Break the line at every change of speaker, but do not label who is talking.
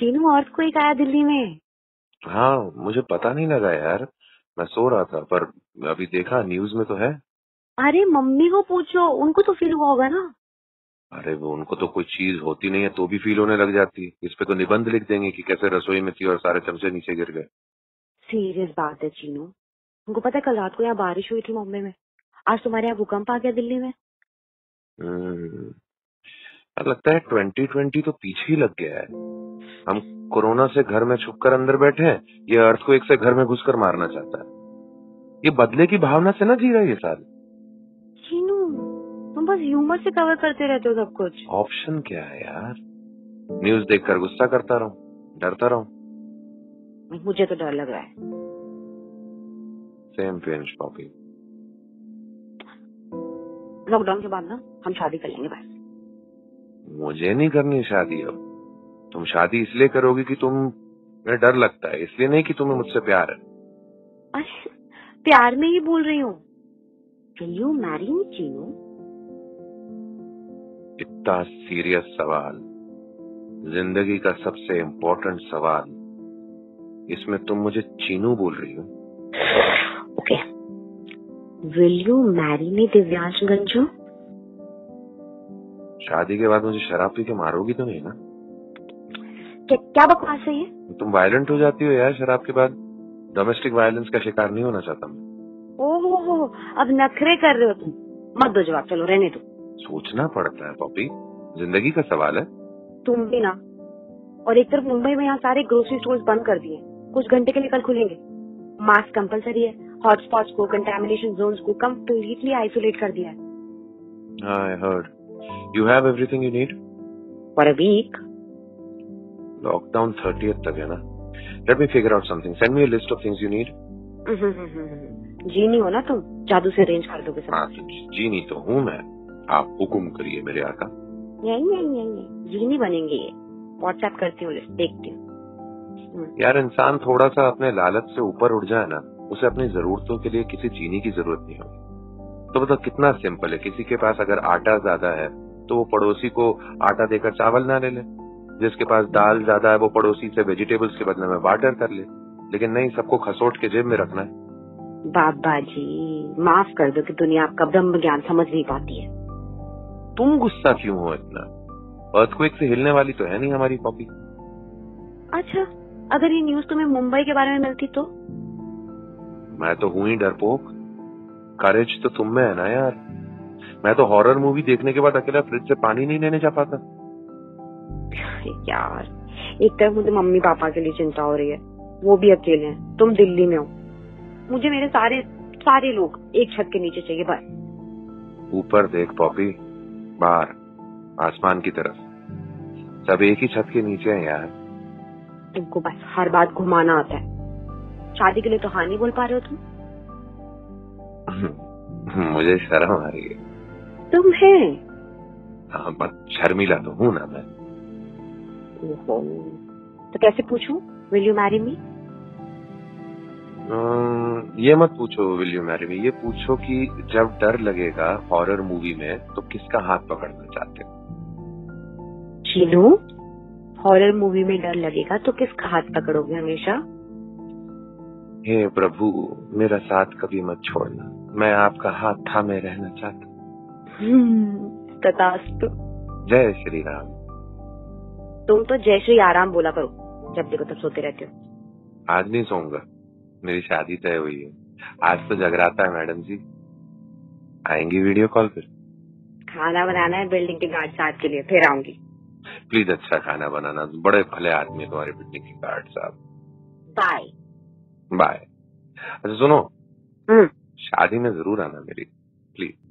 चीनू अर्थ कोई आया दिल्ली में
हाँ मुझे पता नहीं लगा यार मैं सो रहा था पर अभी देखा न्यूज में तो है
अरे मम्मी को पूछो उनको तो फील हुआ होगा ना
अरे वो उनको तो कोई चीज होती नहीं है तो भी फील होने लग जाती है इस पे तो निबंध लिख देंगे कि कैसे रसोई में थी और सारे चमचे नीचे गिर गए
सीरियस बात है चीनू उनको पता है कल रात को यहाँ बारिश हुई थी मुंबई में आज तुम्हारे यहाँ भूकंप आ गया दिल्ली में
हम्म, यार लगता है ट्वेंटी ट्वेंटी तो पीछे ही लग गया है हम कोरोना से घर में छुप कर अंदर बैठे हैं ये अर्थ को एक से घर में घुसकर मारना चाहता है ये बदले की भावना से ना जी रहा है ये साल
चीनू तुम बस ह्यूमर से कवर करते रहते हो सब कुछ
ऑप्शन क्या है यार न्यूज देखकर गुस्सा करता रहूं डरता रहूं
मुझे तो डर लग रहा है
सेम पेरेंट्स कॉपी
लॉकडाउन के बाद ना हम शादी कर लेंगे बस
मुझे नहीं करनी शादी अब तुम शादी इसलिए करोगी कि तुम तुम्हें डर लगता है इसलिए नहीं कि तुम्हें मुझसे प्यार है
अरे प्यार में ही बोल रही हूँ will you marry me Chinu
इतना सीरियस सवाल जिंदगी का सबसे इम्पोर्टेंट सवाल इसमें तुम मुझे चीनू बोल रही हो
okay will you marry me Divyansh Ganju
शादी के बाद मुझे शराब पी के मारोगी तो नहीं ना
क्या- क्या बकवास है ये
तुम वायलेंट हो जाती हो यार शराब के बाद डोमेस्टिक वायलेंस का शिकार नहीं होना चाहता मैं
ओहो हो अब नखरे कर रहे हो तुम मत दो जवाब चलो रहने दो
सोचना पड़ता है पॉपी जिंदगी का सवाल है
तुम भी ना और एक तरफ मुंबई में यहाँ सारे ग्रोसरी स्टोर्स बंद कर दिए कुछ घंटे के लिए कल खुलेंगे मास्क कंपलसरी है हॉटस्पॉट्स को कंटेमिनेशन जोन को कम्प्लीटली आइसोलेट कर दिया है
I heard you have everything you need
for a week
lockdown thirty तक है ना let me figure out something send me list of things you need
जी नहीं हो ना तुम जादू से अरेंज कर दोगे सब
हाँ तो जीनी तो हूँ मैं आप हुकुम करिए मेरे आका
यही यही यही जी नहीं बनेंगे ये व्हाट्सएप करती हूँ list, देखती हूँ
यार इंसान थोड़ा सा अपने लालच से ऊपर उठ जाए ना उसे अपनी जरूरतों के लिए किसी जीनी की जरूरत नहीं होगी तो बताओ कितना सिंपल है किसी के पास अगर आटा ज्यादा है तो वो पड़ोसी को आटा देकर चावल ना ले ले जिसके पास दाल ज्यादा है वो पड़ोसी से वेजिटेबल्स के बदले में बार्टर कर ले लेकिन नहीं सबको खसोट के जेब में रखना है
बाबा जी माफ कर दो कि दुनिया आपका ब्रह्म ज्ञान समझ नहीं पाती है
तुम गुस्सा क्यों हो इतना अर्थक्वेक से हिलने वाली तो है नहीं हमारी कॉपी
अच्छा अगर ये न्यूज तुम्हें मुंबई के बारे में मिलती तो
मैं तो हूं ही डरपोक करेज तो तुम में है ना यार मैं तो हॉरर मूवी देखने के बाद अकेला फ्रिज से पानी नहीं लेने जा पाता
अरे यार एक तरफ मुझे मम्मी पापा के लिए चिंता हो रही है वो भी अकेले हैं तुम दिल्ली में हो मुझे मेरे सारे सारे लोग एक छत के नीचे चाहिए बस
ऊपर देख पॉपी बाहर आसमान की तरफ सब एक ही छत के नीचे हैं यार
तुमको बस हर बात घुमाना आता है शादी के लिए तो हाँ नहीं बोल पा रहे हो तुम
मुझे शर्म आ रही है
तुम है
हाँ, बट शर्मिला तो हूँ ना मैं
तो कैसे पूछूं विल यू मैरी मी
अम्म, ये मत पूछो विल यू मैरी मी ये पूछो कि जब डर लगेगा हॉरर मूवी में तो किसका हाथ पकड़ना चाहते हो
चीनू हॉरर मूवी में डर लगेगा तो किसका हाथ पकड़ोगे हमेशा
हे प्रभु मेरा साथ कभी मत छोड़ना मैं आपका हाथ थामे रहना चाहता हूँ।
हम्म, तथास्तु
जय श्री राम
तुम तो जय श्री आराम बोला करो जब देखो तब सोते रहते हो
आज नहीं सोऊंगा मेरी शादी तय हुई है आज तो जगराता है मैडम जी आएंगी वीडियो कॉल पर
खाना बनाना है बिल्डिंग के गार्ड साहब के लिए फिर आऊंगी
प्लीज अच्छा खाना बनाना बड़े भले आदमी है तुम्हारे बिल्डिंग के गार्ड साहब
बाय
बाय अच्छा सुनो
हम्म
शादी में जरूर आना मेरी प्लीज